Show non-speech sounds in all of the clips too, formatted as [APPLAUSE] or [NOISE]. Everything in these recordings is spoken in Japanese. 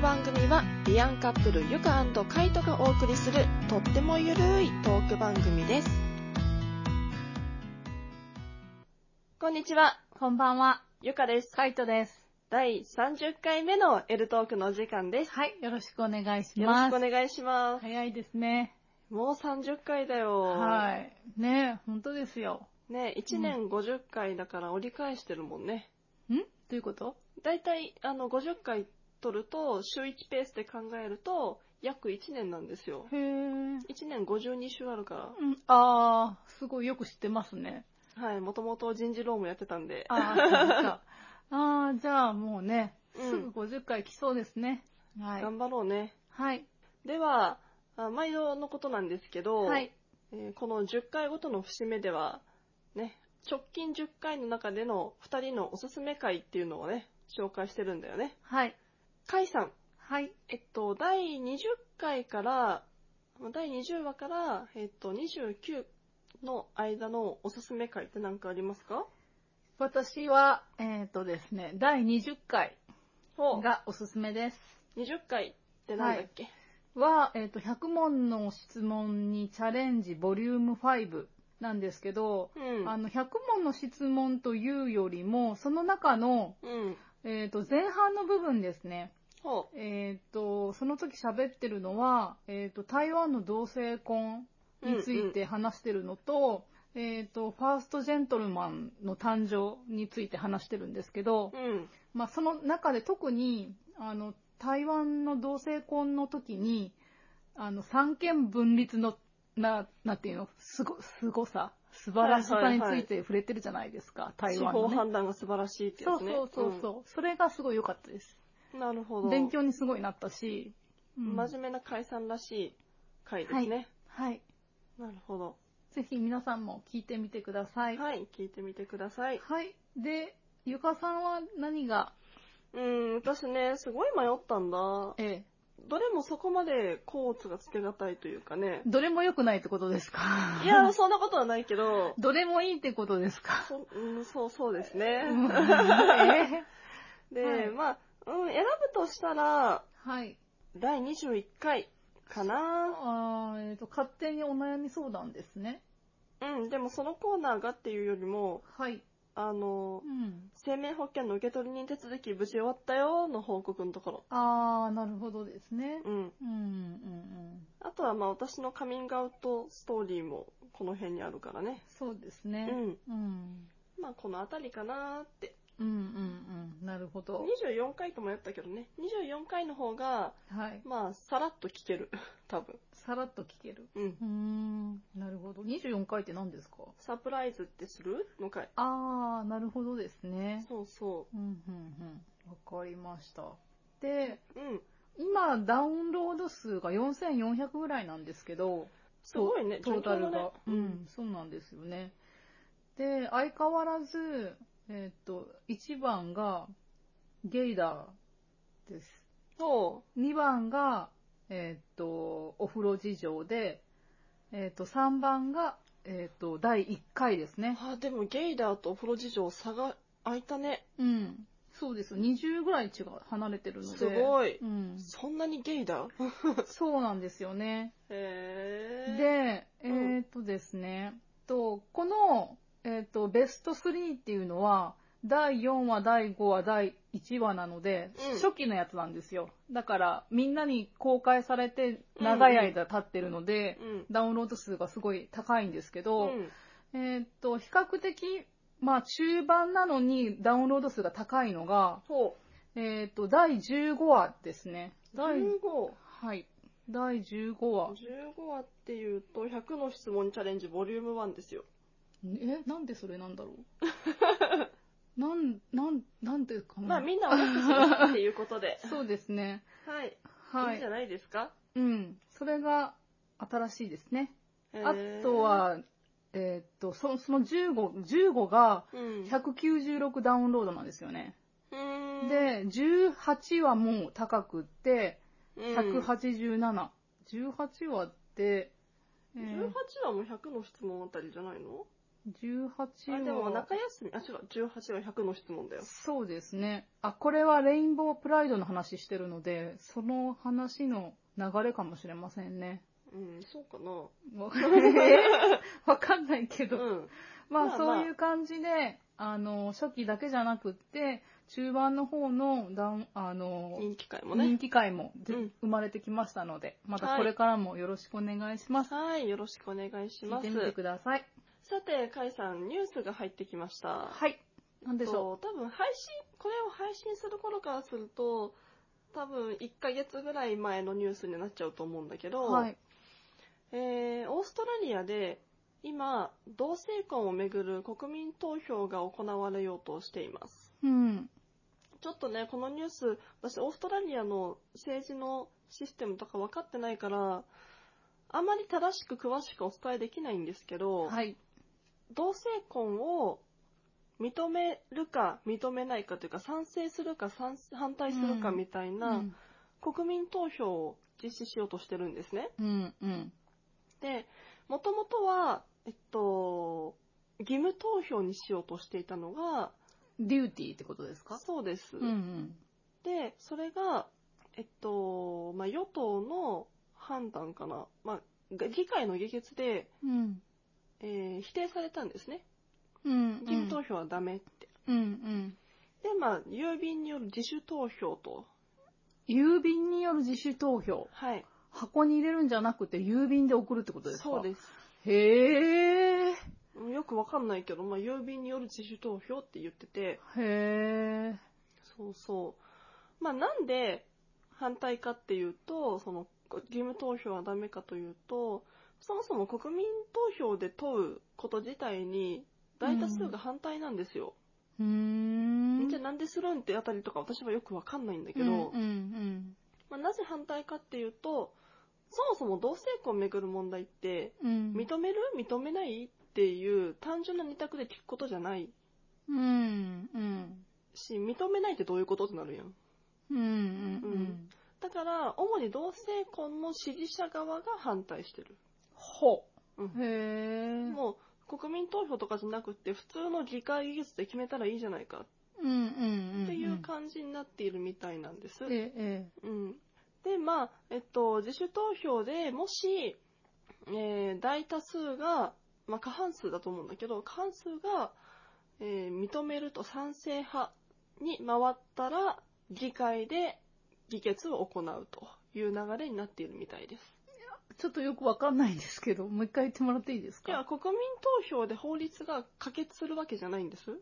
はビアンカップルゆかカイトがお送りするとってもゆるいトーク番組ですこんにちはこんばんは、ゆかですカイトです。第30回目の L トークのお時間ですはい、よろしくお願いしよろましす。くお願いします、早いですね。もう30回だよはい。ねえ、本当ですよ。ね1年50回だから折り返してるもんね、んどういうことだいたいあの50回取ると週1ペースで考えると約1年なんですよへえ。うん、 1年52週あるから、あー、すごいよく知ってますね。はい、もともと人事労務やってたん [LAUGHS] で。あー、そうですか。あー、じゃあもうね、うんすぐ50回来そうですね。はい。頑張ろうね。はい。では、あ毎度のことなんですけど、はい。えーこの10回ごとの節目では、ね、直近10回の中での2人のおすすめ回っていうのをね、紹介してるんだよね。はい。甲斐さん、はい。えっと、第20回から、第20話から、えっと、29の間のおすすめ回って何かありますか私は、えっ、とですね、第20回お20がおすすめです。回ってなんだっけ、は、えっ、と、100問の質問にチャレンジボリューム5なんですけど、うん。あの、100問の質問というよりも、その中の、うん。えっ、と、前半の部分ですね。ほえっ、と、その時喋ってるのは、えっ、と、台湾の同性婚う。うんについ。て話してるのと、えっ、と、ファーストジェントルマンの誕生について話してるんですけど、うん。まあ、その中で特に、あの、台湾の同性婚の時に、あの、三権分立の、な、なんていうの、すご、すごさ、素晴らしさについて触れてるじゃないですか、司台湾法の、ね。判断が素晴らしいってやそうつね。そうそうそう、それがすごい良かったです。うんなるほど。勉強にすごいなったし。うん真面目な解散らしい回ですね。はい。なるほど。ぜひ皆さんも聞いてみてください。い。はい、聞いてみてください。はい、で、ゆかさんは何が、うーん、私ね、すごい迷ったんだ。ええ、どれもそこまでコーツがつけがたいというかね。どれも良くないってことですかいや、そんなことはないけど、 [LAUGHS] どれもいいってことですかそうん、そう、そうですね。うんえで、はいまあ、うん、選ぶとしたら、ーはい。第21回かな。あーえっ、と、勝手にお悩み相談ですね。うん、でもそのコーナーがっていうよりも、はい。あのう、ん。生命保険の受け取り人手続き無事終わったよの報告のところ。あー、なるほどですね。うん。うん、うん、うん。あとはまあ私のカミングアウトストーリーもこの辺にあるからね。そうですうね。ん。うん。まあこの辺りかなーって。うん、うん、うん。なるほど。 24回ともやったけどね。24回の方が、はい。まあさらっと聞ける。 [LAUGHS] 多分。さらっと聞ける。うん。うーん。なるほど。24回って何ですかサプライズってするの回。あー、なるほどですね。そうそうん、うん、うん。わかりました。で、う。うん。今、ダウンロード数が4400ぐらいなんですけど、すごいね。トータル順調だねが。うん、そうなんですよね。で、相変わらず、えっ、と、1番がゲイダーです。そ2番が、えっ、と、お風呂事情で、えっ、と、3番が、えっ、と、第1回ですう。ね。あー、でもゲイダーとお風呂事情差が開いたね。うん。そうですよ。20ぐらい違う、離れてるので。すごい。うん。そんなにゲイダーそうなんですよね。へー。で、えうんーっとですね、とこの、えーっとベスト3っていうのは、第4話、第5話、第1話なので、うん初期のやつなんですよ。だから、みんなに公開されて長い間経ってるので、うん。ダウンロード数がすごい高いんですけど、うんえーっと、比較的、まあ中盤なのにダウンロード数が高いのが、ほえーっと、第15話ですね。う。第、 15。はい。第15話。 15話っていうと、100の質問チャレンジボリューム1ですよ。え、なんでそれなんだろ [LAUGHS] うなん、なん、なんていうかな。。まあみんなお任せしますっていうことでそうですね。 [LAUGHS] はい。はいいんじゃい。ないですかうん。それが新しいですね。あえーとは、えーっと、そその15、15がうん。 196ダウンロードなんですよね。うーん、で、18はもう高くって、うん、 187。18話って、えー18話も100の質問あたりじゃないの18あ、でもは中休み、あ、違う、18は100の質問だよ。そうですね。あ、これはレインボープライドの話してるので、その話の流れかもしれませんね。うん、そうかな。わか [LAUGHS] えわかんないけど。うん。ままああまあそういう感じで、あの、初期だけじゃなくって、中盤の方のだん、あの、人気会もね人。気回もぜうん生まれてきましたので、まはたいこれからもよろしくお願いします。はい、よろしくお願いし聞まいてす。みてください。さて、カイさん、ニュースが入ってきました。はい。なんでしょそう多分配信、これを配信する頃からすると、多分1ヶ月ぐらい前のニュースになっちゃうと思うんだけう。ど、はい。えーオーストラリアで今、同性婚をめぐる国民投票が行われようとしています。うん。ちょっとね、このニュース、私、オーストラリアの政治のシステムとか分かってないから、あまり正しく詳しくお伝えできないんですけど、はい。同性婚を認めるか認めないかというか、賛成するか賛反対するかうん。みたいうなん国民投票を実施しようとしてるんですね。うん。うん。で、もともとは、えっと、義務投票にしようとしていたのが、デューティーってことですかそうです。うんで、それが、えっと、まあ、与党の判断かな。まあ、が議会の議決で、うん。うん。えー否定されたんですね。うん。義務投票はダメって。うんうん。で、まあ、郵便による自主投票と。郵便による自主投票。はい。箱に入れるんじゃなくて郵便で送るってことですか。そうですす。へー。うんよくわかんないけど、まあ、郵便による自主投票って言ってて、へー。そうそう。まあ、なんで反対かっていうと、その、義務投票はダメかというと、そもそも国民投票で問うこと自体に大多数が反対なんですよ。うーん。じゃあなんでするんってあたりとか私はよくわかんないんだけど、うんうんまあ、なぜ反対かっていうと、そもそも同性婚をめぐる問題って、うん。うん。認める認めないっていう単純な二択で聞くことじゃないうんうん。し、認めないってどういうことってなるやん。うんうんううんん。だから、主に同性婚の支持者側が反対してる。ほ。うん。へえ。もう、国民投票とかじゃなくて、普通の議会議決で決めたらいいじゃないかうんうんうん。っていう感じになっているみたいなんです。えええうん。で、まあ、えっと、自主投票でもし、えー大多数が、まあ、過半数だと思うんだけど、過半数が、えー認めると賛成派に回ったら、議会で議決を行うという流れになっているみたいです。え。ちょっとよくわかんないんですけど、もう一回言ってもらっていいですでは、か国民投票で法律が可決するわけじゃないんです。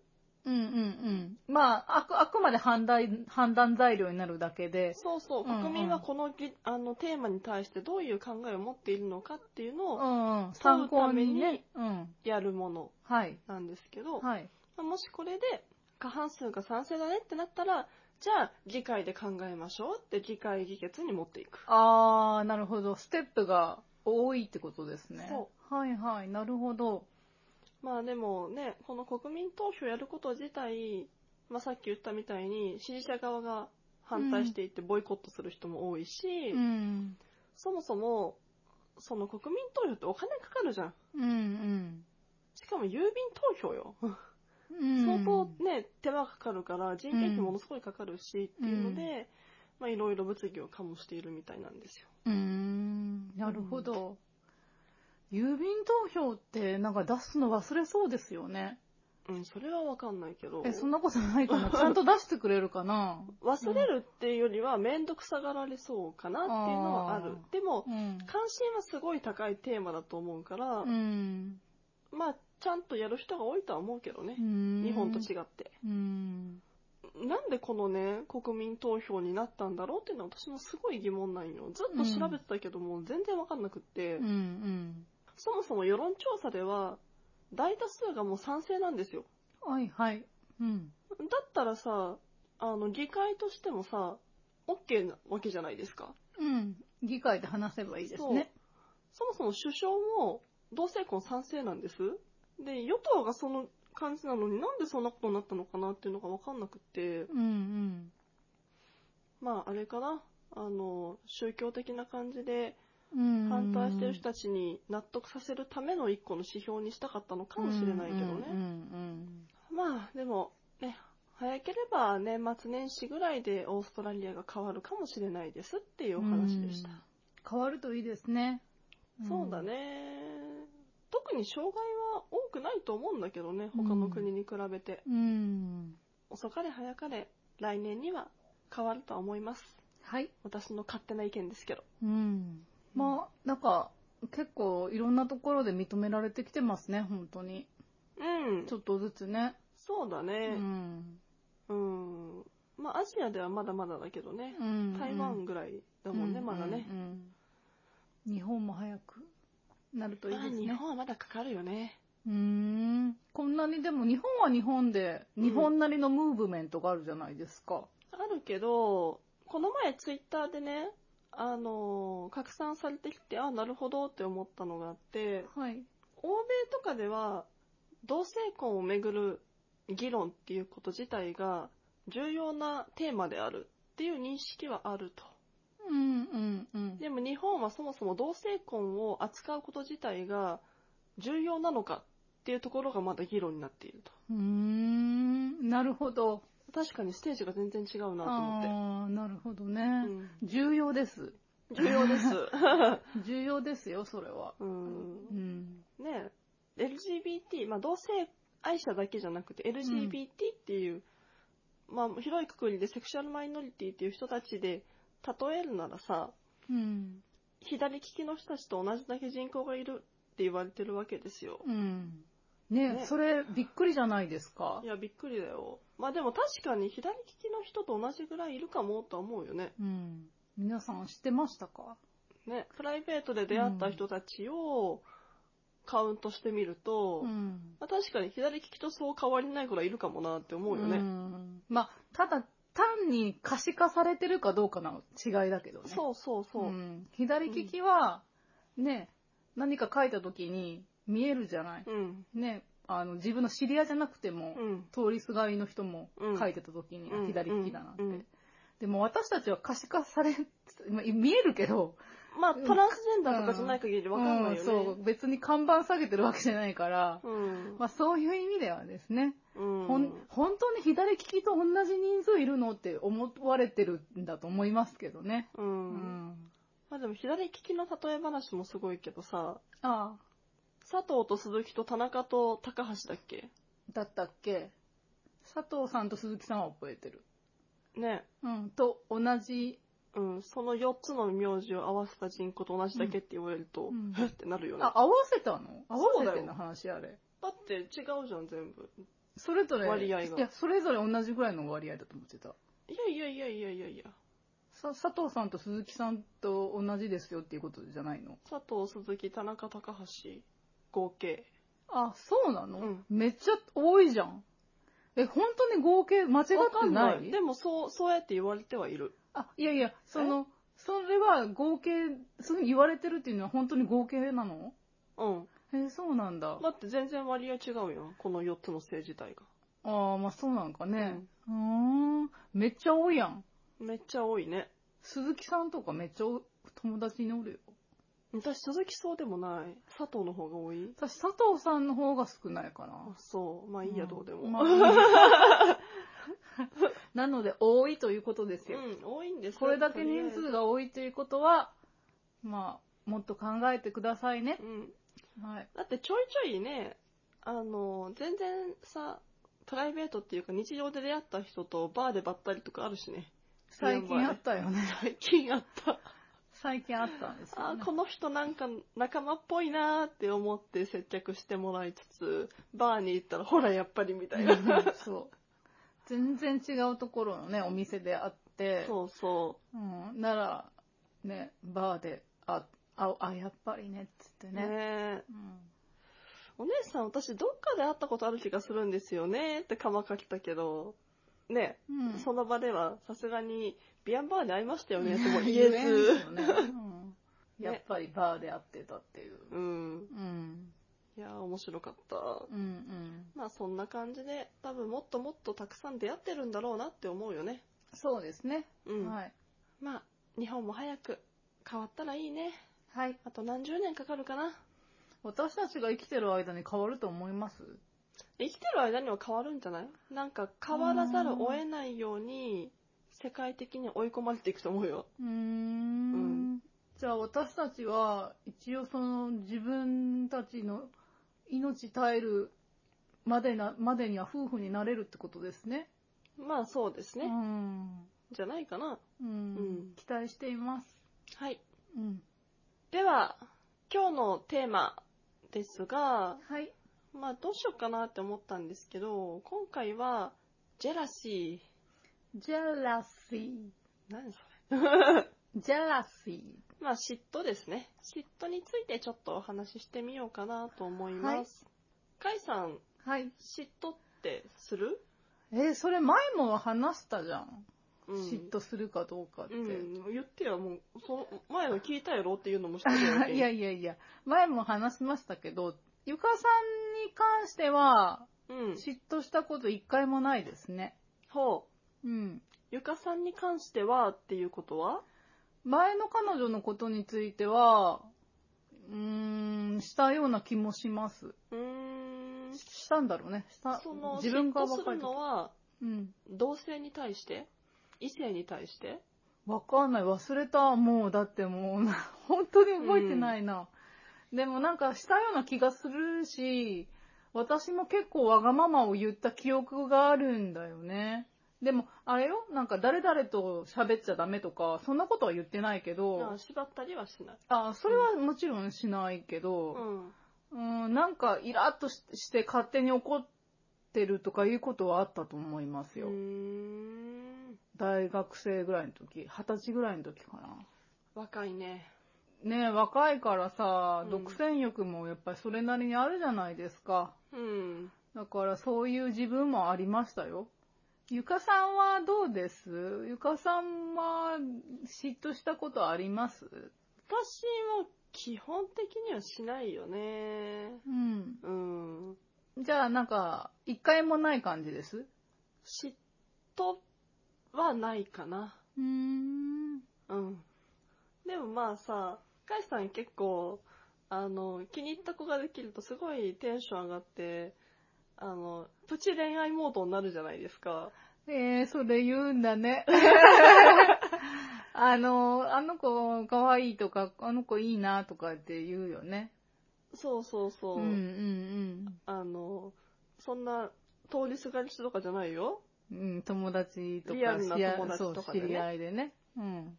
うんうんうん。まあ、あく、あくまで判断、判断材料になるだけで。そうそう、うんうん国民はこのぎあのテーマに対してどういう考えを持っているのかっていううのをんうん。参考に問うね。うん。やるものはい。なんですけど、はい。まあもしこれで過半数が賛成だねってなったら、じゃあ議会で考えましょうって議会議決に持っていく。あー、なるほど。ステップが多いってことですね。。そうはいはい。なるほど。まあでもね、この国民投票やること自体、まあさっき言ったみたいに支持者側が反対していってボイコットする人も多いし、うん。そもそも、その国民投票ってお金かかるじゃん。うんうん。しかも郵便投票よ。うん相当ね、手間かかるから人件費ものすごいかかるしっていうので、まあいろいろ物議を醸しているみたいなんですよ。うーん、なるほど。郵便投票ってなんか出すの忘れそうですよね。うん、それはわかんないけど。え、そんなことないか [LAUGHS] なちゃんと出してくれるかな忘れるっていうよりはめんどくさがられそうかなっていうのはある。あーでも、うん。関心はすごい高いテーマだと思うから、うん。まあ、ちゃんとやる人が多いとは思うけどね。日日本とう。違って。うん。なんでこのね、国民投票になったんだろうっていうのは私もすごい疑問なんよ。ずっと調べてたけども、全然わかんなくって、うんうん。そもそも世論調査では、大多数がもう賛成なんですよ。はいはい。うん。だったらさ、あの、議会としてもさ、OK なわけじゃないですか。うん。議会で話せばいいですね。そもそも首相も同性婚賛成なんです。で、与党がその感じなのになんでそんなことになったのかなっていうのがわかんなくって、うんまああれかな、あの、宗教的な感じで、うん反対してる人たちに納得させるための一個の指標にしたかったのかもしれないけどね。うんうんまあ、でも、ね、早ければ年末年始ぐらいでオーストラリアが変わるかもしれないですっていううんお話でした。うん変わるといいですね。んそうだ。ね。特に障害は多くないと思うんだけどね、他の国に比べて。うん。遅かれ早かれ、来年には変わるとは思います。はい。私の勝手な意見ですけど。うん。まあ、なんか、結構いろんなところで認められてきてますね、本当に。うんち。ょっとずつね。そうだうね。ん。うん。まあ、アジアではまだまだだけどね。うん台湾ぐらいだもんね、まだねう。んうん日本も早くなるといいまあです日ね。本はまだかかるよね。うーん。こんなにでも日本は日本で、日本なりのムーブメントがあるじゃないですか。あるけど、この前ツイッターでね、あのー拡散されてきて、あ、なるほどって思ったのがあって、はい。欧米とかでは、同性婚をめぐる議論っていうこと自体が重要なテーマであるっていう認識はあると。うんうんうん。でも日本はそもそも同性婚を扱うこと自体が重要なのかっていうところがまだ議論になっていると。うーん、なるほど。確かにステージが全然違うなと思って。ああ、なるほどね。うん重要です。重要です。重要ですよ、それは。うんうん。ね、LGBT、まあ、同性愛者だけじゃなくて LGBT っていう、まあ、広いくくりでセクシャルマイノリティっていう人たちで例えるならさ、うん。左利きの人たちと同じだけ人口がいるって言われてるわけですよ。うん。ねねそれ、びっくりじゃないですかい。や、びっくりだよ。まあでも確かに左利きの人と同じぐらいいるかもとは思うよね。うん。皆さん知ってましたかね、プライベートで出会った人たちをカウントしてみると、ん。まあ、確かに左利きとそう変わりないくらいいるかもなって思うよね。んまあ、ただ、単に可視化されてるかどうかの違いだけどね。そうそうそう。ん左利きは、ね、何か書いた時に見えるじゃない。うん。ね、あの、自分の知り合いじゃなくても、うん。通りすがりの人もうん書いてた時に、うん左利きだなって。うんでも私たちは可視化され、ま見えるけど、まあ、トランスジェンダーとかじゃない限りわかんないよね。うんそう、別に看板下げてるわけじゃないから、うん。まあそういう意味ではですね、うんほん本当に左利きと同じ人数いるのって思われてるんだと思いますけどね。う。うんん。まあでも左利きの例え話もすごいけどさ、ああ、佐藤と鈴木と田中と高橋だっけだったっけ佐藤さんと鈴木さんは覚えてる。ね。うん、と同じ、うん。その4つの名字を合わせた人口と同じだけって言われると、うんえってなるよね。あ、合わせたの合わそせうてだんよの話あれ。だって違うじゃん、全部。それぞれ、割合がいや、それぞれ同じぐらいの割合だと思ってた。いやいやいやいやいやいや。さ佐藤さんと鈴木さんと同じですよっていうことじゃないの佐藤、鈴木、田中、高橋、合計。あ、そうなの、うんめっちゃ多いじゃん。え、本当に合計間違ってわかんないない。でもそう、そうやって言われてはいる。あ、いやいや、その、それは合計、そういうふうに言われてるっていうのは本当に合計なのうん。え、そうなんだ。だって全然割合違うよ。この4つの性自体が。ああ、まあそうなんかね。うーん。めっちゃ多いやん。めっちゃ多いね。鈴木さんとかめっちゃお友達におるよ。私、鈴木そうでもない。佐藤の方が多い私、佐藤さんの方が少ないかあな。、そう。まあいいや、どうでも。 [LAUGHS] まあいいやなので、多いということですうよ。ん、多いんですこれだけ人数が。が多いということは、まあ、もっと考えてくださいねう。ん。はい。だってちょいちょいね、あの、全然さ、プライベートっていうか日常で出会った人とバーでばったりとかあるしね。 [LAUGHS] 最近あったよね。最近あった。最近あったんですよ、あねー。この人なんか仲間っぽいなーって思って接客してもらいつつ、バーに行ったらほらやっぱりみたいな。 [LAUGHS] うんそう。全然違うところのね、お店であって、そうそう。うん、なら、ね、バーで、あ、あ、あやっぱりね、つってねね。え。うんお姉さん、私どっかで会ったことある気がするんですよねってかまかきたけど、ね、うんその場ではさすがにビアンバーで会いましたよねとも言え [LAUGHS] 言えないですず。よねうんやっぱりバーで会ってたっていう。うん。うん。いやー、面白かった。うんうん。まあそんな感じで、多分もっともっとたくさん出会ってるんだろうなって思うよね。そうですね。うん。はい。まあ、日本も早く変わったらいいね。はい。あと何十年かかるかな。私たちが生きてる間に変わると思います生きてる間には変わるんじゃないなんか変わらざるを得ないように、世界的に追い込まれていくと思うよ。うーん。じゃあ私たちは、一応その自分たちの命絶えるまでな、までには夫婦になれるってことですね。まあそうですうね。ん。じゃないかな。うん。うん期待しています。はい。うん。では、今日のテーマですが、はい。まあどうしようかなって思ったんですけど、今回は、ジェラシジェラシー。ー。何それジェラシまあ嫉妬ですね。嫉妬についてちょっとお話ししてみようかなと思います。カイさん、ー。はい。嫉妬ってする、えーそれ前も話したじゃん。うん、嫉妬するかどうかって。うん、言ってよ、もう、その前の聞いたやろっていうのも知ってるわけ。 [LAUGHS] [LAUGHS] いやいやいや、前も話しましたけど、ゆかさんに関しては、うん。嫉妬したこと一回もないですね。ほう。うん。ゆかさんに関してはっていうことは前の彼女のことについては、うーん、したような気もします。うーん。したんだろうね。したその、、自分が嫉妬分すかるる。のは、うん。同性に対して異性に対してわかんない。忘れた。もう、だってもう、 [LAUGHS] 本当に覚えてないな。でもなんか、したような気がするし、私も結構わがままを言った記憶があるんだよね。でも、あれよなんか、誰々と喋っちゃダメとか、そんなことは言ってないけあど、縛ったりはしない。あ、それはもちろんしないけうど、ん。うん、なんか、イラッとしして勝手に怒ってるとかいうことはあったと思いますうーよ。ん。大学生ぐらいの時、二十歳ぐらいの時かな。若いね。ね若いからさ、うん独占欲もやっぱりそれなりにあるじゃないですか。うん。だからそういう自分もありましたよ。ゆかさんはどうですゆかさんは嫉妬したことあります私は基本的にはしないよね。うん。うん。じゃあなんか、一回もない感じです嫉妬はないかな。うーん。うん。でもまあさ、カイさん結構、あの、気に入った子ができるとすごいテンション上がって、あの、プチ恋愛モードになるじゃないですか。えー、それ言うんだ [LAUGHS] ね。あの、あの子可愛いとか、あの子いいなとかって言うよね。そうそうそう。うんうんうん。あの、そんな、通りすがり人とかじゃないよ。うん、友達とか、リアルな知り合い友達とかそでう、ね知り合いでね。うん。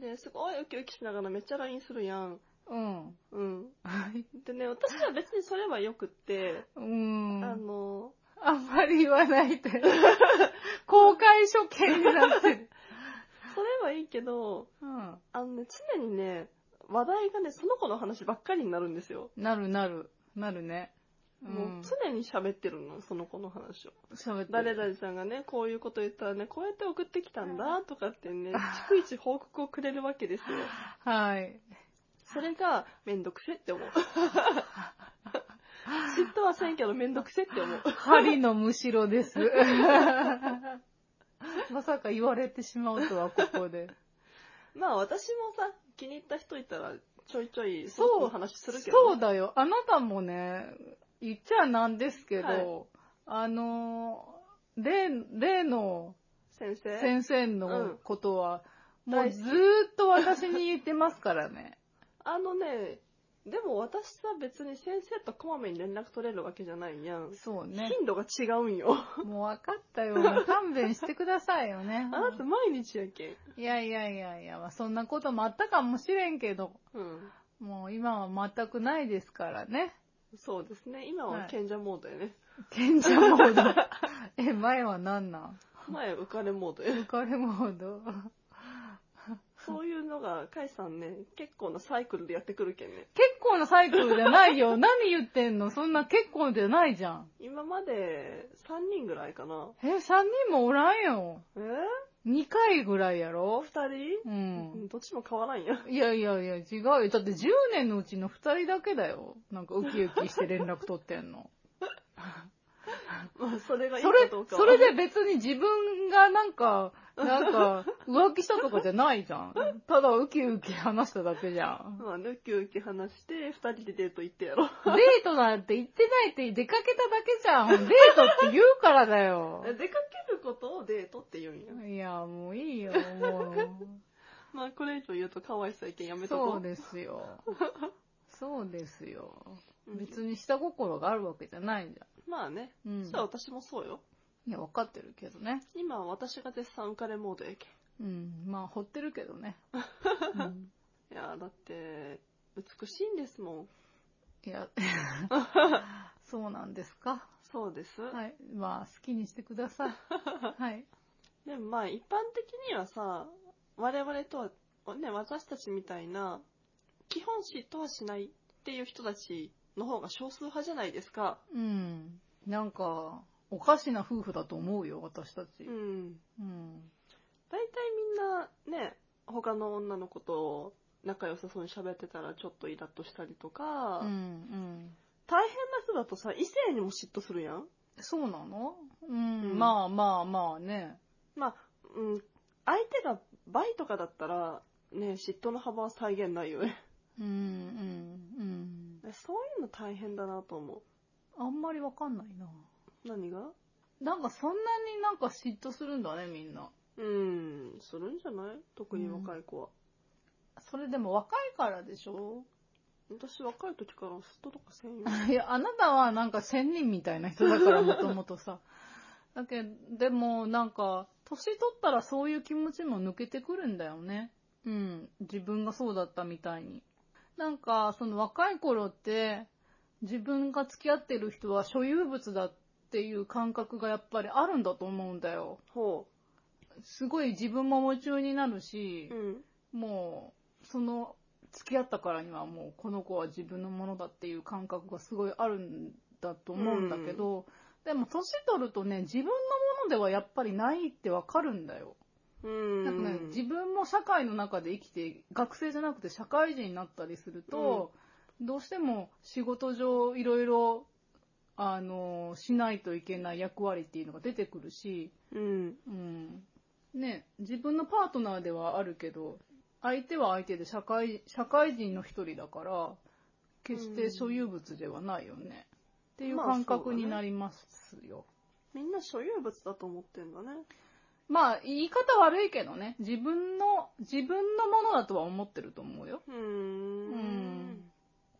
で、すごいウキウキしながらめっちゃ LINE するやん。うん。うん。はい。でね、私は別にそれは良くって、うん。ああの、んまり言わないで。 [LAUGHS] 公開処刑になってる。それはいいけど、うん。あのね、常にね、話題がね、その子の話ばっかりになるんですよ。なるなる。なるね。もう常に喋ってるの、その子の話を。喋ってる誰々さんがね、こういうこと言ったらね、こうやって送ってきたんだとかってね、逐一報告をくれるわけですよ。はい。それがめんどくせって思う。嫉妬はせんけどめんどくせって思う。針のむしろ [LAUGHS] です。まさか言われてしまうとは、ここで。まあ私もさ、気に入った人いたらちょいちょいそうその話するけそど、うね。だよ。あなたもね、言っちゃなんですけど、はいあの、例、例の先生。先生のことは、うんもう大好きずーっと私に言ってますから [LAUGHS] ね。あのね、でも私さ別に先生とこまめに連絡取れるわけじゃないやん。そうね。頻度が違うんよ。もう分かったよ。もう勘弁してくださいよね [LAUGHS] あ。なた毎日やけん。いやいやいやいや、まあそんなこともあったかもしれんけど、うん。もう今は全くないですからね。 [LAUGHS] そうですね。今は賢者モードやね。賢者モード。え、前は何なん前浮かれモードや。 [LAUGHS] 浮かれモード。そういうのが、カイさんね、結構なサイクルでやってくるけんね。結構なサイクルじゃないよ。 [LAUGHS] 何言ってんのそんな結構じゃないじゃん。今まで3人ぐらいかな。え、3人もおらんよ。え2回ぐらいやおろ二人うん。どっちも変わらん [LAUGHS] や。いやいやいや、違うよ。だって10年のうちの2人だけだよ。なんかウキウキして連絡取ってんの。まあ、そ [LAUGHS] れがいいそかれどう、かはそれで別に自分がなんか、なんか、浮気したとかじゃないじゃん。ただウキウキ話しただけじゃん。まあ、ウキウキ話して、二人でデート行ってやろう。デートなんて行ってないって出かけただけじゃん。デートって言うからだよ出。かけることをデートって言うんや。いや、もういいよ、もう。まあ、これ以上言うと可愛さ意見やめとこう。そうですよ。そうですよ。うん別に下心があるわけじゃないじまあね。ゃん。うん。そしたら私もそうよ。いや、わかってるけどね。今は私が絶賛浮かれモードやけうん。まあ、掘ってるけ [LAUGHS] どね。うんん。いやー、だって、美しいんですもん。い [LAUGHS] や、そうなんですか。そうです。はい。まあ、好きにしてくだ [LAUGHS] さい。はい。でもまあ、一般的にはさ、我々とは、ね、私たちみたいな、基本嫉妬はしないっていう人たちの方が少数派じゃないですか。うん。なんか、おかしな夫婦だと思うよ、私たち。うん。うん。大体みんなね、他の女の子と仲良さそうに喋ってたらちょっとイラッとしたりとか、うん。うん。大変な人だとさ、異性にも嫉妬するやんそうなのうん、うんまあまあまあね。まあ、うん、相手が倍とかだったら、ね、嫉妬の幅は再現ないよね。うん、うん、そういうの大変だなと思うん。あんまりわかんないな。う。何がなんかそんなになんか嫉妬するんだね、みんな。うん、するんじゃない特に若い子は。それでも若いからでしょ [LAUGHS] 私若い時から嫉妬とかせんよ。いや、あなたはなんか仙人みたいな人だ [LAUGHS] から、もともとさ。だけど、でもなんか、年取ったらそういう気持ちも抜けてくるんだよね。うん。自分がそうだったみたいに。なんか、その若い頃って、自分が付き合ってる人は所有物だっていう感覚がやっぱりあるんだと思うんだよ。ほすごい自分も夢中になるしう。う、ん。もう、その、付き合ったからにはもう、この子は自分のものだっていう感覚がすごいあるんだと思うんだけど、でも、年取るとね、自分のものではやっぱりないってわかるんだよ。うん。なんかね、自分も社会の中で生きて、学生じゃなくて社会人になったりすると、どうしても仕事上いろいろ、あの、しないといけない役割っていうのが出てくるし、うん。うん。ね、自分のパートナーではあるけど、相手は相手で社会、社会人の一人だから、決して所有物ではないよね。っていうまあ感そう覚だねになりますよ。みんな所有物だと思ってんだね。まあ、言い方悪いけどね、自分の、自分のものだとは思ってると思うよ。う。。うん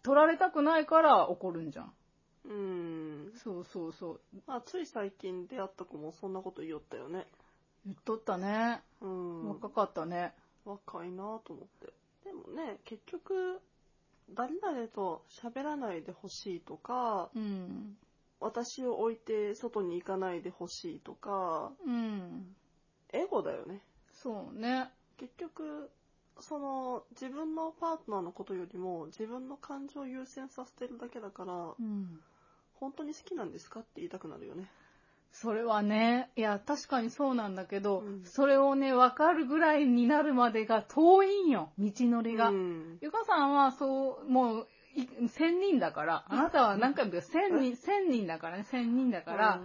取られたくないから怒るんじゃん。うん。そうそうそう。まあ、つい最近出会った子もそんなこと言いよったよね。言っとったね。うん。若かったね。若いなぁと思って。でもね、結局、誰々と喋らないでほしいとか、うん。私を置いて外に行かないでほしいとか、うん。エゴだよね。そうね。結局、その、自分のパートナーのことよりも、自分の感情を優先させてるだけだから、うん。本当に好きなんですかって言いたくなるよね。それはね、いや、確かにそうなんだけど、うんそれをね、わかるぐらいになるまでが遠いんよ、道のりが。うん。ゆかさんは、そう、もう、い千人だから、あなたは何回も言うけど、千人、千人だからね、千人だから、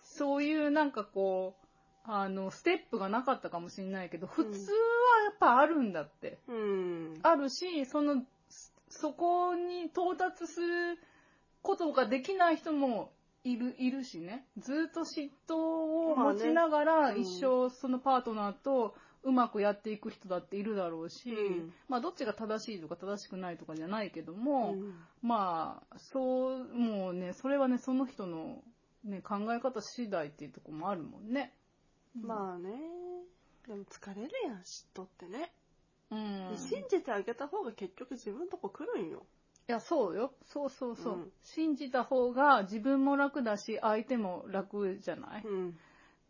そういうなんかこう、あの、ステップがなかったかもしれないけど、普通はやっぱあるんだって。うん。あるし、その、そこに到達することができない人もいる、いるしね。ずっと嫉妬を持ちながまあら、ねうん一生そのパートナーとうまくやっていく人だっているだろうし、うんまあどっちが正しいとか正しくないとかじゃないけどうも、んまあ、そう、もうね、それはね、その人の、ね、考え方次第っていうとこもあるもんね。まあね。でも疲れるやん、嫉妬ってね。あ、うん。信じてあげた方が結局自分のとこ来るんよ。いや、そうよ。そうそうそう。うん信じた方が自分も楽だし、相手も楽じゃない、うん。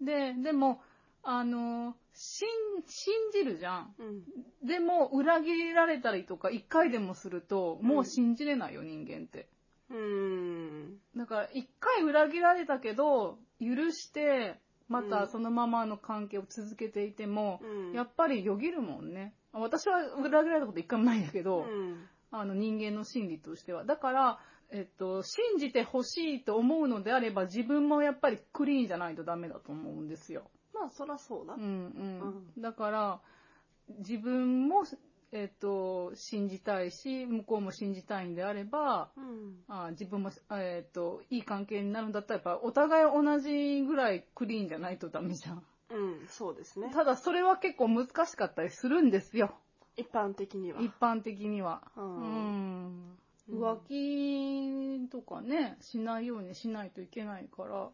で、でも、あの、信、信じるじゃん。うん。でも、裏切られたりとか、一回でもすると、もううん信じれないよ、人間って。うん。だから、一回裏切られたけど、許して、まうたんそのままの関係を続けていても、うんやっぱりよぎるもんね。私は裏切られたこと一回もないんだけど、うん。あの人間の心理としては。だから、えっと、信じてほしいと思うのであれば、自分もやっぱりクリーンじゃないとダメだと思うんですよ。まあ、そらそうだ。うんうん。だから、自分も、えっと、信じたいし、向こうも信じたいんであれば、うん。あ自分も、えっと、いい関係になるんだったら、やっぱお互い同じぐらいクリーンじゃないとダメじゃん。うん、そうですね。ただ、それは結構難しかったりするんですよ。一般的には。一般的には。う。うんん。うん浮気とかね、しないようにしないといけないから。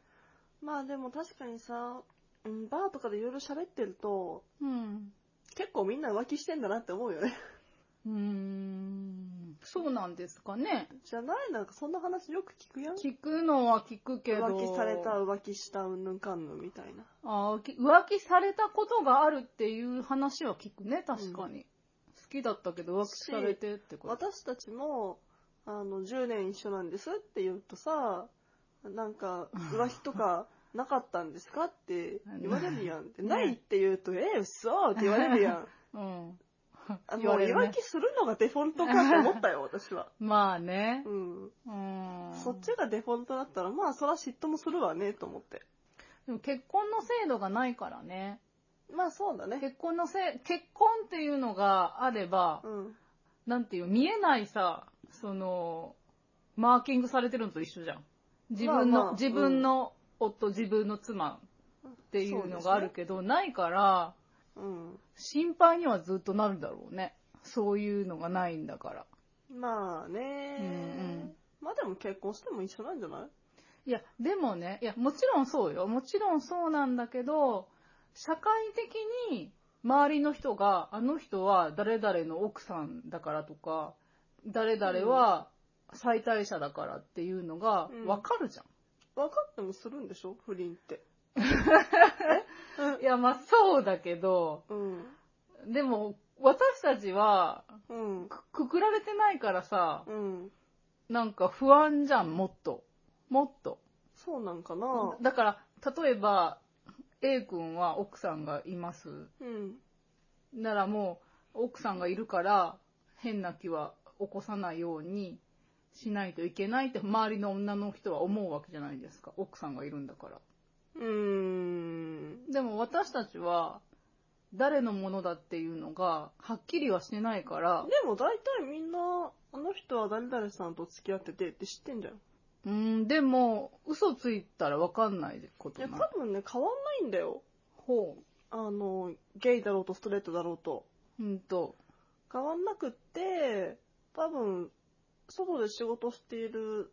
まあでも確かにさ、うんバーとかでいろいろ喋ってると、うん。結構みんな浮気してんだなって思うよね。 [LAUGHS] うーん。そうなんですかね。じゃないなんかそんな話よく聞くやん。聞くのは聞くけど。浮気された、浮気した、うんぬんかんぬんみたいな。あー浮気浮気されたことがあるっていう話は聞くね、確かに。好きだったけど浮気されてってこと。私たちも、あの、10年一緒なんですって言うとさ、なんか、浮気とかなかったんですかって言われるやんって。ねないって言うと、ええ、嘘って言われるやん。うん。あの、言われるね浮気するのがデフォルトかって思ったよ、私は。まあねう。ん。うん。そっちがデフォルトだったら、まあ、そら嫉妬もするわね、と思って。でも結婚の制度がないからね。まあ、そうだね。結婚のせい、結婚っていうのがあればう、ん。なんていう、見えないさ、その、マーキングされてるのと一緒じゃん。自分の、まあまあ自分の夫、自分の妻っていうのがあるけど、ないから、うん。心配にはずっとなるだろうね。そういうのがないんだから。まあねうんうんまあでも結婚しても一緒なんじゃないいや、でもね、いや、もちろんそうよ。もちろんそうなんだけど、社会的に周りの人が、あの人は誰々の奥さんだからとか、誰々は最大者だからっていうのがうんわかるじゃん。分かってもするんでしょ不倫って。 [LAUGHS] いや、まあそうだけど、うん。でも、私たちは、うん。くくくられてないからさ、うん。なんか不安じゃん、もっと。もっと。そうなんかなだから、例えば、A 君は奥さんがいます。うん。ならもう、奥さんがいるから、変な気は起こさないようにしないといけないって、周りの女の人は思うわけじゃないですか。奥さんがいるんだから。うーん。でも私たちは、誰のものだっていうのが、はっきりはしてないから、でも大体みんな、あの人は誰々さんと付き合っててって知ってんじゃん。うーん、でも、嘘ついたらわかんないこいとや、な多分ね、変わんないんだよ。ほあの、ゲイだろうとストレートだろうと。う。うんと、変わんなくって、多分、外で仕事している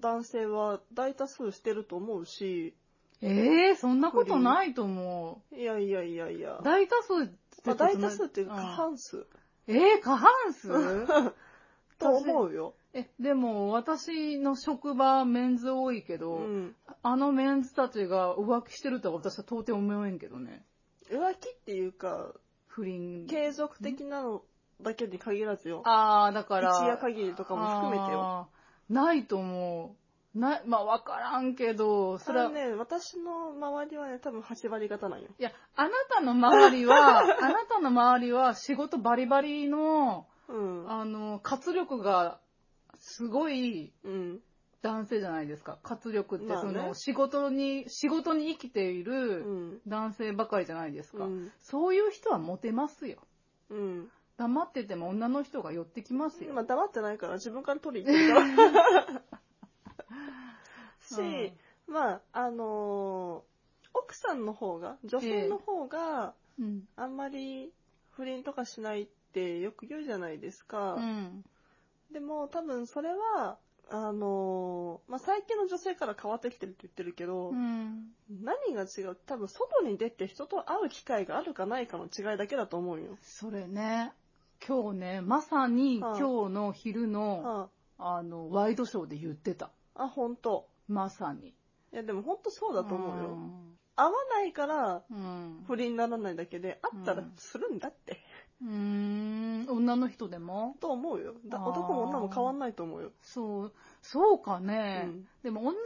男性は大多数してると思うし、ええそんなことないと思いやいやいやいやう。。大多数ってまあ、ことない大多数っていうか過ん半数ええ過半数 [LAUGHS] と思うよ。え、でも私の職場メンズ多いけうど、ん。あのメンズたちが浮気してるとは私は到底思えんけどね。浮気っていうか、不倫。継続的なのだけに限らずよ。ああ、だから。一夜限りとかも含めてよ。あー。ないと思う。ない、まあわからんけど、そそれれはは、ね、私の周りはね、多分8割方なんよ。いや、あなたの周 [LAUGHS] りは、あなたの周りは仕事バリバリの、うん。あの、活力がすごいうん。男性じゃないですか。活力ってまあそねの仕事に、仕事に生きていうるん。男性ばかりじゃないですうか。ん。そういう人はモテますよ。うん。黙ってても女の人が寄ってきますよ。今黙ってないから自分から取りに行ってるから。 [LAUGHS] し、まあ、あのー奥さんの方が、女性の方が、うん。あんまり不倫とかしないってよく言うじゃないですか。うん。でも多分それは、あのーまあ、最近の女性から変わってきてるって言ってるけど、うん。何が違う多分外に出て人と会う機会があるかないかの違いだけだと思うよ。それね、今日ね、まさには今あ日の昼の、ああの、ワイドショーで言ってた。あ、あ、本当まさに。いやでも本当そうだと思うよ。ん会わないからうん。不倫にならないだけで、会ったらうんするんだって。うーん。女の人でもと思うよ。だあー男も女も変わんないと思うよ。そう、そうかうね。ん。でも女の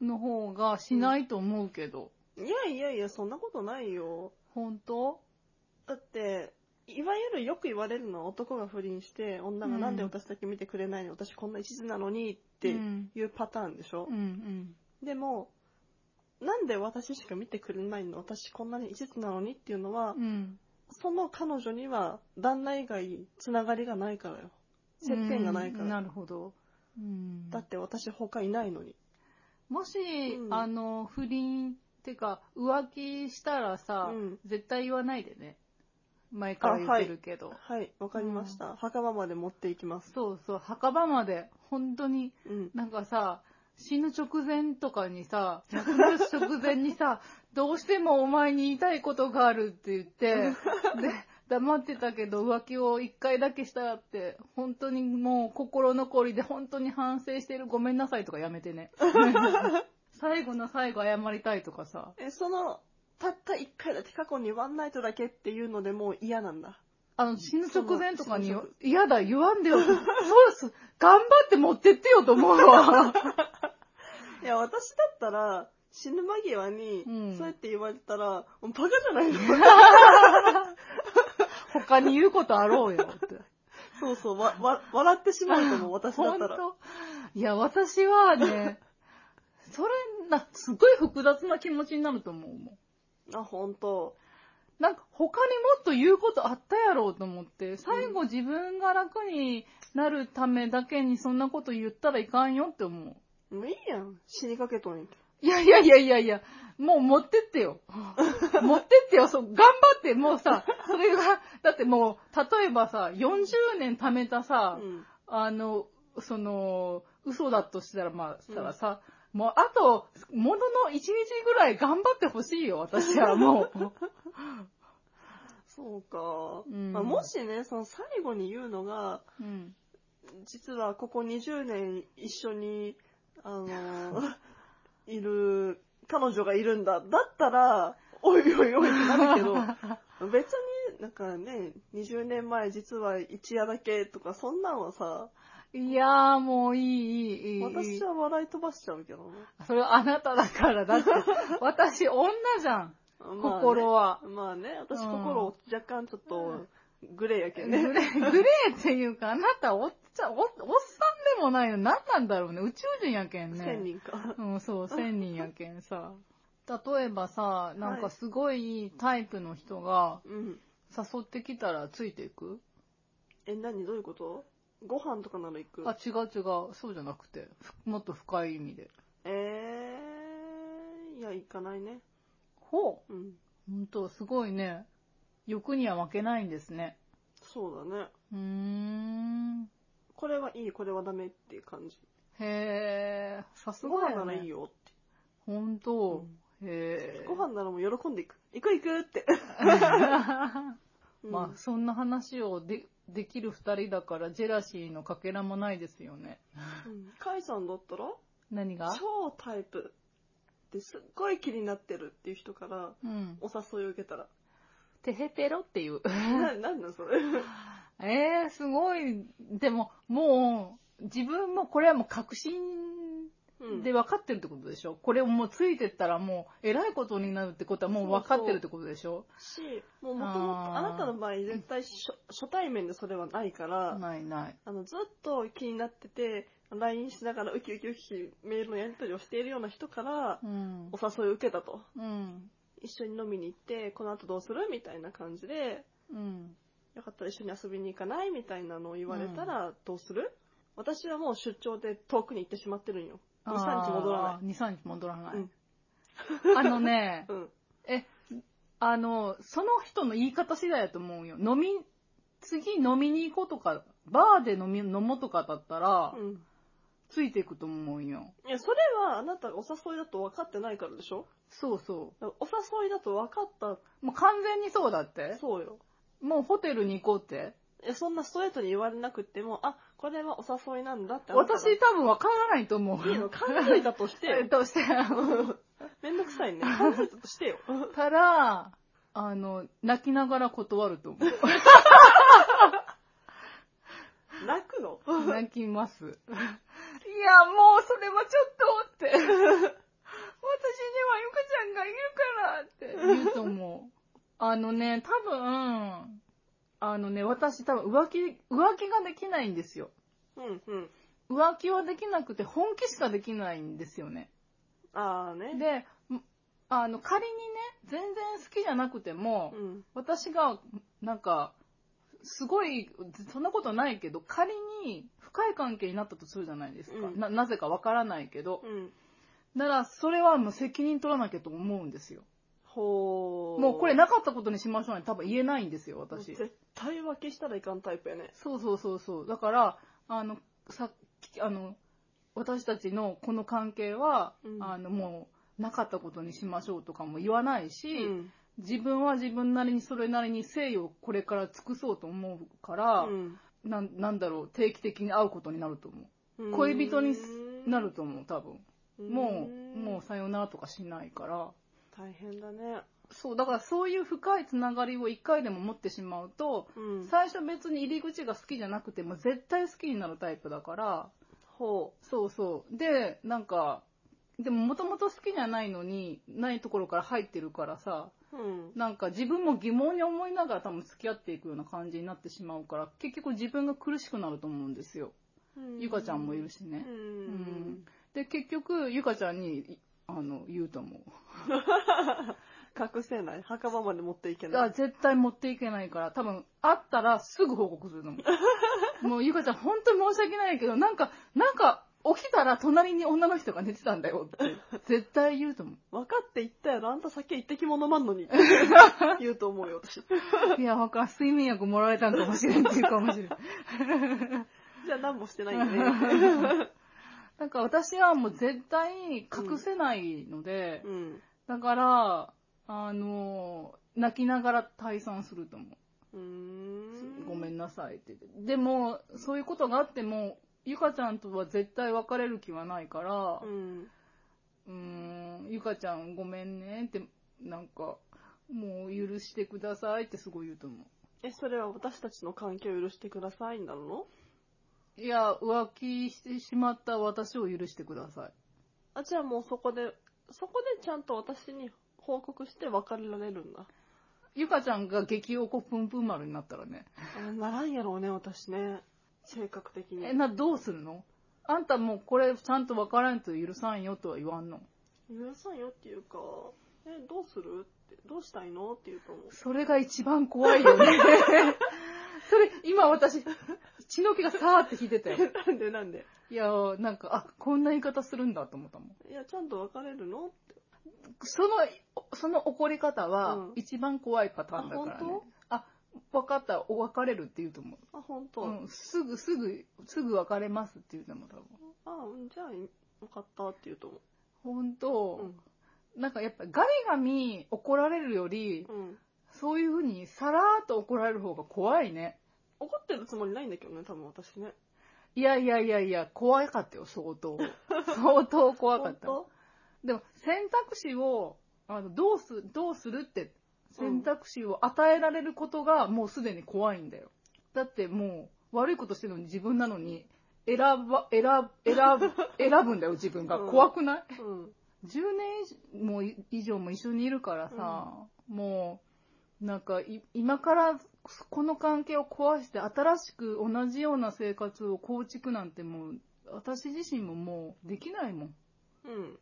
人の方がしないと思うけど。いやいやいや、そんなことないよ。本当だって、いわゆるよく言われるのは男が不倫して、女がうんなんで私だけ見てくれないの、私こんな一途なのにってうんいうパターンでしょう、んでも、なんで私しか見てくれないの私こんなに一途なのにっていうのは、うんうんその彼女には旦那以外つながりがないからよ。接点がないから。うんなるほど、うん、だって私他いないのに。もし、うんあの不倫っていうか浮気したらさ、うん絶対言わないでね前から言ってるけど、はい、わかりました。墓場まで持っていきます。そうそう墓場まで本当にうん。なんかさ死ぬ直前とかにさ亡くなる直前にさどうしてもお前に言いたいことがあるって言 [LAUGHS] ってで黙ってたけど浮気を一回だけしたって本当にもう心残りで本当に反省してるごめんなさいとかやめ [LAUGHS] てね最後の最後謝りたいとかさえ、その、たった一回だけ過去にワンナイトだけっていうのでもう嫌なんだ。あの、死ぬ直前とかにそのその、嫌だ、言わんでよ。そうです。頑張って持ってってよと思 [LAUGHS] うわ。いや、私だったら、死ぬ間際に、うんそうやって言われたら、もうバカじゃない [LAUGHS] の他に言うことあろうよって。そうそう、わ、わ、笑ってしまうと思う、私だっ本たら。当いや、私は [LAUGHS] ね、それな、すごい複雑な気持ちになると思うもん。あ、本当。なんか他にもっと言うことあったやろうと思って、最後自分が楽になるためだけにそんなこと言ったらいかんよって思う。もういいやん。死にかけとんやけいやいやいやいやいや、もう持ってって [LAUGHS] よ。持ってってよ、そう、頑張って、もうさ、それが、だってもう、例えばさ、40年貯めたさど。、うん。あの、その、嘘だとしたら、まあ、うんしたらさ、もう、あと、ものの1日ぐらい頑張ってほしいよ、[LAUGHS] 私はもう。そうか。うんまあ、もしね、その最後に言うのが、うん。実はここ20年一緒に、あの [LAUGHS] ーいる、彼女がいるんだ。だったら、おいおいおいってなるけ [LAUGHS] [LAUGHS] ど、別になんかね、20年前実は一夜だけとか、そんなんはさ、いやー、もういい、いい、いい。私は笑い飛ばしちゃうけどね。それはあなただから、[LAUGHS] だって、私、女じゃん、まあね心。は。まあね、私うん心を若干ちょっと、グレーやけどグレね。ー、グレーっていうか、あなたおっちゃん、おおっさんでもないの。何なんだろうね。宇宙人やけんね。 1000人か。うん、そう、千人やけんさ。例えばさ、なんかすごいタイプの人がうん。誘ってきたらついていく、え、何どういうことご飯とかなら行くあ、違う違う。そうじゃなくて。ふもっと深い意味で。えー、いや、行かないね。ほうん。う。ほんと、すごいね。欲には負けないんですね。そうだね。うーん。これはいい、これはダメっていう感じ。へえ。さすごが飯やならいいね。よって。ほんと。へえ。ご飯ならもう喜んでいく。行く行くって。うん [LAUGHS] まあ、そんな話をでできる二人だから、ジェラシーのかけらもないですよね。うんカイさんだったら、何が超タイプですっごい気になってるっていう人からうん。お誘いを受けたら、テヘペロっていう。な、なんなんそれ。ええー、すごい。でも、もう、自分もこれはもう確信うんで分かってるってことでしょ、これをもうついてったらもう、えらいことになるってことはもう分かってるってことでしょし、もうもともとあーあなたの場合絶対初初対面でそれはないから、ないない。あの、ずっと気になってて、LINE しながらウキウキウキウキメールのやり取りをしているような人からう、んお。誘いを受けたと。うん。一緒に飲みに行って、この後どうするみたいな感じで、うん。よかったら一緒に遊びに行かないみたいなのを言われたら、どうする、私はもう出張で遠くに行ってしまってるんよ。2、3日戻らない。い。2、3日戻らない。うんあのね [LAUGHS] う、ん。え、あの、その人の言い方次第だと思うよ。飲み、次飲みに行こうとか、バーで飲み、飲もうとかだったら、うん。ついていくと思うよ。いや、それはあなたがお誘いだと分かってないからでしょそうそだからお誘いだと分かっう。もう完全にそうだってた。そうよ。もうホテルに行こうって。いや、そんなストレートに言われなくっても、あ、これはお誘いなんだってあなたが私多分わからないと思う。い [LAUGHS] いの考えたとしてえっよ。と [LAUGHS] して。めんどくさいね。考えたとしてよ。たら、あの、泣きながら断ると思う。泣くの [LAUGHS] 泣きます。いや、もうそれは [LAUGHS] ちょっとって。私にはゆかちゃんがいるからって言うと思う。あのね、多分、あのね、私多分浮気、浮気ができないんですよ。うんうん。浮気はできなくて本気しかできないんですよね。ああね。で、んあの、仮にね、全然好きじゃなくても、うん。私が、なんか、すごい、そんなことないけど、仮に深い関係になったとするじゃないですか。うんな、なぜかわからないけど。うん。なら、それはもう責任取らなきゃと思うんですよ。ほー。もうこれなかったことにしましょうね。多分言えないんですよ、私。絶対浮気したらいかんタイプやね。そうそうそうそう。だから、あの、さっき、あの、私たちのこの関係は、うんあの、もう、なかったことにしましょうとかも言わないうし、ん。自分は自分なりにそれなりに誠意をこれから尽くそうと思うから、うんなんなんだろう、定期的に会うことになると思恋人にすう。なる。と思う、多分。うんもう、もう。さよならとかしないから。大変だね。そう、だからそういう深いつながりを一回でも持ってしまうと、うん。最初別に入り口が好きじゃなくても絶対好きになるタイプだから、ほそうそう。で、なんか、でももともと好きじゃないのに、ないところから入ってるからさ、う。うん。なんか自分も疑問に思いながら多分付き合っていくような感じになってしまうから、結局自分が苦しくなると思うんですよ。ゆかちゃんもいるししねう。んん。で、結局、ゆかちゃんに、いあの、言うと思う。隠せない。墓場まで持っていけなあい。絶対持っていけないから、多分、会ったらすぐ報告すると思 [LAUGHS] う。もう、ゆかちゃん、本当に申し訳ないけど、なんか、なんか、起きたら隣に女の人が寝てたんだよって、絶対言うと思分かって言ったやろ。あんた酒一滴も飲まんのにっ [LAUGHS] て言うと思うよ、私。う。いや、わかん睡眠薬もらえたんかもしれんっていうかもしれん。じゃあ何もしてない [LAUGHS] ね。なんか私はもう絶対隠せないので、うん。だから、あの、泣きながら退散すると思う。うーん。ごめんなさいって言って。でも、そういうことがあっても、ゆかちゃんとは絶対別れる気はないからう、ん。うーん、ゆかちゃんごめんねって、なんか、もう許してくださいってすごい言うと思え、それは私たちの関係を許してくださいになるのう。いや、浮気してしまった私を許してください。あ、じゃあもうそこで、そこでちゃんと私に報告して別れられるんだ。ゆかちゃんが激おこぷんぷん丸になったらね。あならんやろうね、私ね。性格的に。え、な、どうするのあんたもうこれちゃんと分からんと許さんよとは言わんの。許さんよっていうか、え、どうするって、どうしたいのって言うと思う。それが一番怖 [LAUGHS] いよね。それ、今私、血の気がさーって引いてたよ。 [LAUGHS] なんでなんでいやー、なんか、あ、こんな言い方するんだと思ったもん。いや、ちゃんと別れるのって。その、その怒り方はうん、一番怖いパターンだからね。あ本あ、分かった、お別れるって言うと思う。あ、本当、うん、すぐ、すぐ、すぐ別れますって言うと思う、多分。あ、うんじゃあ、よかったって言うと思本当う。、うん。なんかやっぱガミガミ怒られるより、うん。そういうふうにさらーっと怒られる方が怖いね。怒ってるつもりないんだけどね、多分私ね。いやいやいやいや、怖かったよ、相当。相当怖かった。本でも、選択肢を、あの、どうす、どうするって、選択肢を与えられることがもうすでに怖いんだよ。だってもう、悪いことしてるのに自分なのに、選ば、選ぶ、選ぶ、選ぶんだよ、自分が。うん怖くない当うん。 10年以上もい以上も一緒にいるからさ、もう、なんかい、今からこの関係を壊して新しく同じような生活を構築なんてもう、私自身ももうできないもん。うん。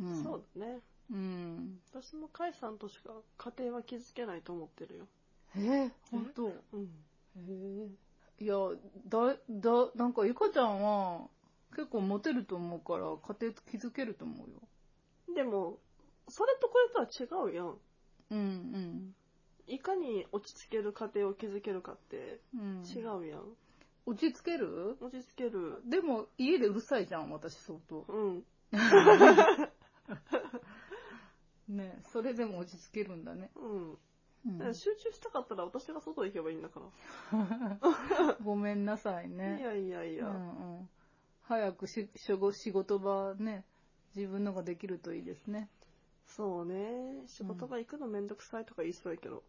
うん、そうだね。うん。私もカイさんとしか家庭は築けないと思ってるよ。えー、本当うん。いや、だ、だ、なんかゆかちゃんは結構モテると思うから家庭築けると思うよ。でも、それとこれとは違うやん。うんいかに落ち着ける家庭を築けるかってうん。うん、違うやん。落ち着ける落ち着ける。でも家でうるさいじゃん、私相当。うん。ねそれでも落ち着けるんだね。うん。うんだから集中したかったら私が外行けばいいんだかごめんなさいら。いね。やいやいや。うんうん、早くししょご仕事場ね、自分のができるといいですね。そうね。仕事場行くのめんどくさいとか言いそうやけど。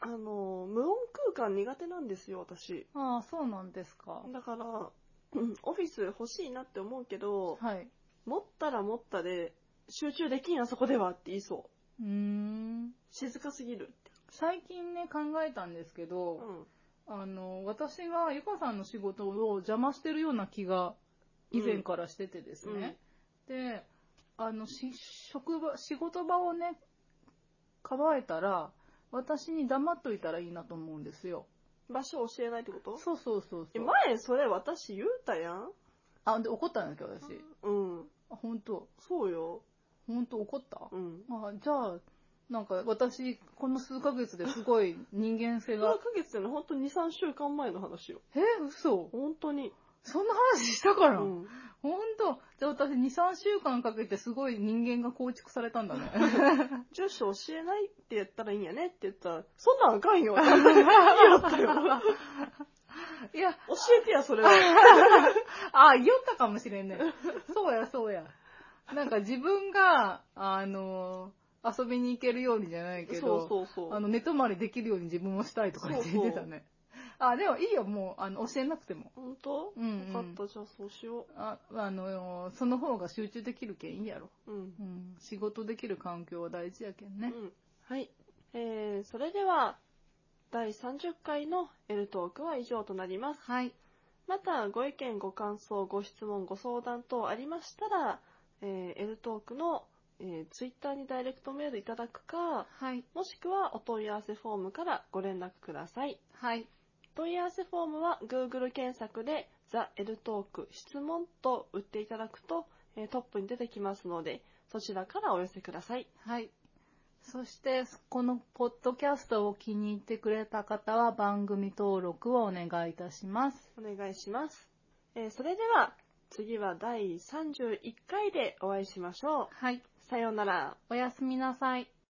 あの、無音空間苦手なんですよ、私。ああ、そうなんですか。だから、うんオフィス欲しいなって思うけど、はい。持ったら持ったで、集中できんあそこではって言いそう。うーん。静かすぎるって。最近ね、考えたんですけど、うあの、私がゆかさんの仕事を邪魔してるような気が以前からしててですね。で、あの、し、職場、仕事場をね、構えたら、私に黙っといたらいいなと思うんですよ。場所教えないってことそうそうそうえ、そう。前それ私言うたやんあ、で、怒ったんだけど、私。うん。あ、本当そうよ。本当怒ったうん。あ、じゃあ、なんか私、この数ヶ月ですごい人間性数ヶが。月ってのはほんと2、3週間前の話よ。え、嘘本当に。そんな話したうから、ん。ほんと。じゃあ私2、3週間かけてすごい人間が構築されたんだね。住所教えないって言ったらいいんやねって言ったら、そんなんあか [LAUGHS] んよ。いやったよ。いや、教えてや、それは。あ、言ったかもしれんね。そうや、そうや。なんか自分が、あの、遊びに行けるようにじゃないけそど、うそうそう。あの、寝泊まりできるように自分もしたいとか言ってそうそう言ってたね。あ、でもいいよ、もう、あの、教えなくても。本当うんうよんかった、じゃあそうしよあ、あの、その方が集中できるけんいいやろ。う。うんう。ん。仕事できる環境は大事やけんね。うんはい。えー、それでは、第30回の L トークは以上となります。はい。また、ご意見、ご感想、ご質問、ご相談等ありましたら、えー、L トークの、えー、Twitter にダイレクトメールいただくか、はい。もしくはお問い合わせフォームからご連絡ください。はい。問い合わせフォームは Google 検索で The L トーク質問と打っていただくと、えートップに出てきますので、そちらからお寄せください。はい。そして、このポッドキャストを気に入ってくれた方は番組登録をお願いいたします。お願いします。えーそれでは、次は第31回でお会いしましょう。はい。さようなら。おやすみなさい。